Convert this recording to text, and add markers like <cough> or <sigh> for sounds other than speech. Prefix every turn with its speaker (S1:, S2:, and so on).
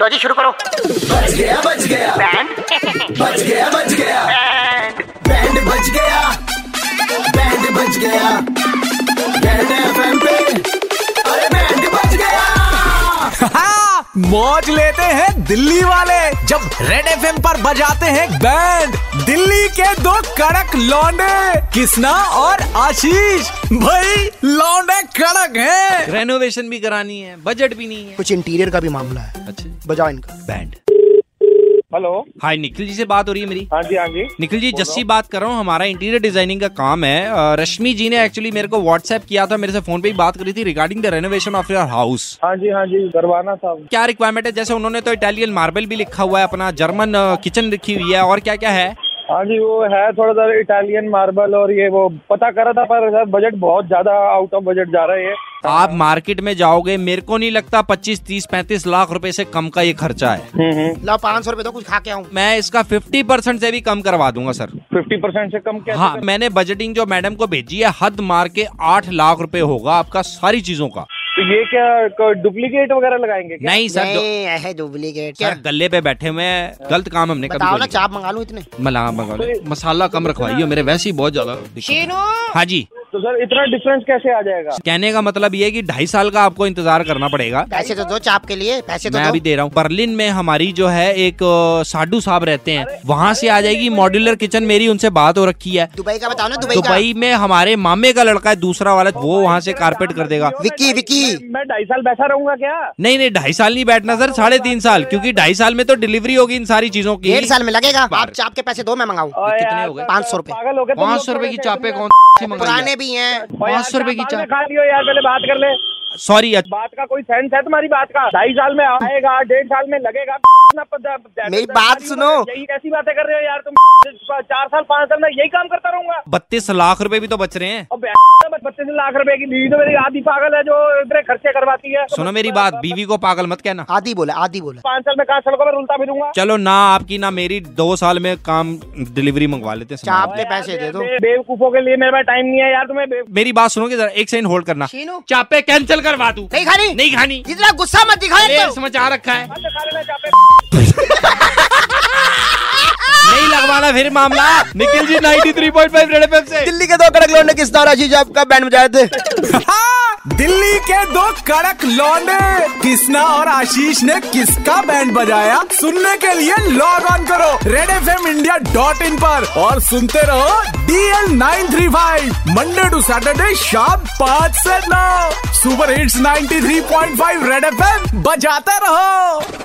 S1: लो जी शुरू करो
S2: बच गया बच गया
S1: बैंड
S2: <laughs> बच गया बच गया
S1: बैंड
S2: बैंड बच गया बैंड बच गया बैंड एफएम पे अरे बैंड बच गया
S3: हाँ, मौज लेते हैं दिल्ली वाले जब रेड एफ पर बजाते हैं बैंड दिल्ली के दो कड़क लौंडे किसना और आशीष भाई लौंडे कड़क हैं
S4: रेनोवेशन भी करानी है बजट भी नहीं है
S5: कुछ इंटीरियर का भी मामला है
S4: अच्छा
S5: बजाओ इनका
S4: band
S6: hello
S4: hi Nikhil ji से बात हो रही है मेरी
S6: हाँ जी हाँ जी
S4: निखिल जी जस्सी बात कर रहा हूँ हमारा इंटीरियर डिजाइनिंग का काम है अ, रश्मि जी ने एक्चुअली मेरे को व्हाट्सएप किया था मेरे से फोन पे ही बात करी थी regarding the renovation of your house
S6: हाँ जी हाँ जी करवाना था
S4: क्या रिक्वायरमेंट है जैसे उन्होंने तो इटालियन मार्बल भी लिखा हुआ है अपना जर्मन अ, किचन लिखी हुई है और क्या क्या है
S6: हाँ जी वो है थोड़ा सा इटालियन मार्बल और ये वो पता करा था पर सर बजट बहुत ज्यादा आउट ऑफ बजट जा रहा है ये
S4: तो आप मार्केट में जाओगे मेरे को नहीं लगता 25 30 35 लाख रुपए से कम का ये खर्चा है
S5: हम्म, ला पाँच सौ रुपए तो कुछ खा के आऊँ
S4: मैं इसका 50 परसेंट से भी कम करवा दूंगा सर
S6: फिफ्टी परसेंट से कम कैसे
S4: हाँ मैंने बजटिंग जो मैडम को भेजी है हद मार के आठ लाख रुपए होगा आपका सारी चीजों का
S6: कर- तो ये क्या डुप्लीकेट वगैरह लगाएंगे क्या
S4: नहीं सर जो-
S5: नहीं है डुप्लीकेट
S4: सर गले पे बैठे हुए हैं गलत काम हमने
S5: बताओ ना
S4: कभी
S5: चाप मंगा लूं इतने
S4: मला मसाला कम रखवाइए मेरे वैसे ही बहुत ज्यादा दिक्कत है। हाँ जी
S6: तो सर इतना डिफरेंस कैसे आ जाएगा
S4: कहने का मतलब ये है कि ढाई साल का आपको इंतजार करना पड़ेगा
S5: पैसे तो दो चाप के लिए पैसे तो
S4: मैं अभी
S5: दो
S4: दे रहा हूँ बर्लिन में हमारी जो है एक अ, साडू साहब रहते हैं वहाँ से आ जाएगी मॉड्यूलर किचन मेरी उनसे बात हो रखी है
S5: दुबई का बताओ ना दुबई का
S4: दुबई में हमारे मामे का लड़का है दूसरा वाला वो वहाँ से कारपेट कर देगा
S5: विक्की विक्की
S6: मैं ढाई साल बैठा रहूंगा क्या
S4: नहीं नहीं ढाई साल नहीं बैठना सर साढ़े तीन साल क्योंकि ढाई साल में तो डिलीवरी होगी इन सारी चीजों की
S5: डेढ़ साल में लगेगा आप चाप के पैसे दो मैं मंगाऊँ
S6: और
S4: कितने
S6: यार,
S4: हो गए?
S6: सर,
S5: पाँच सौ रुपए।
S6: पागल हो गए तुम
S4: पाँच
S6: लोग
S4: सौ रुपए की
S6: तो
S4: चापे
S6: इतने-
S4: कौन सी मंगाई
S5: पुराने भी हैं
S6: और यार,
S4: 500 रुपए की
S6: बाद
S4: चाप।
S6: में खा लियो यार पहले बात कर ले
S4: सॉरी
S6: बात का कोई सेंस है तुम्हारी बात का ढाई साल में आएगा डेढ़ साल में लगेगा ना पता-
S5: मेरी बात सुनो।
S6: यही कैसी बातें कर रहे हो यार तुम चार साल पाँच साल में यही काम करता रहूंगा
S4: बत्तीस लाख रुपए भी तो बच रहे हैं
S6: अब बत्तीस लाख रुपए की बीवी तो मेरी आधी पागल है जो इतने खर्चे करवाती है
S4: सुनो मेरी बात बीवी को पागल मत कहना
S5: आधी बोला आधी बोला
S6: पाँच साल में कहा सड़कों में रुलता फिरूंगा
S4: चलो ना आपकी ना मेरी दो साल में काम डिलीवरी मंगवा लेते हैं सामान।
S5: चाप के पैसे दे दो
S6: बे- बेवकूफों के लिए मेरे पास टाइम नहीं है यार तुम्हें बे-
S4: मेरी बात सुनोगे जरा एक सेकंड होल्ड करना
S5: शीनू।
S4: चापे कैंसिल करवा दू
S5: नहीं खानी
S4: नहीं खानी
S5: इतना गुस्सा मत दिखाओ एक तो।
S4: मचा रखा है
S6: बंद खा लेना चापे।
S4: नहीं लगवाना फिर मामला निखिल जी 93.5 रेड एफएम से
S5: दिल्ली के दो कड़क लौंडे किस तरह जी आपका बैंड बजाए थे
S3: हाँ, दिल्ली के दो कड़क लौंडे किसना और आशीष ने किसका बैंड बजाया सुनने के लिए लॉग ऑन करो red F M India dot in पर और सुनते रहो DL nine three five Monday to Saturday शाम पाँच से नौ super hits 93.5 red F M बजाते रहो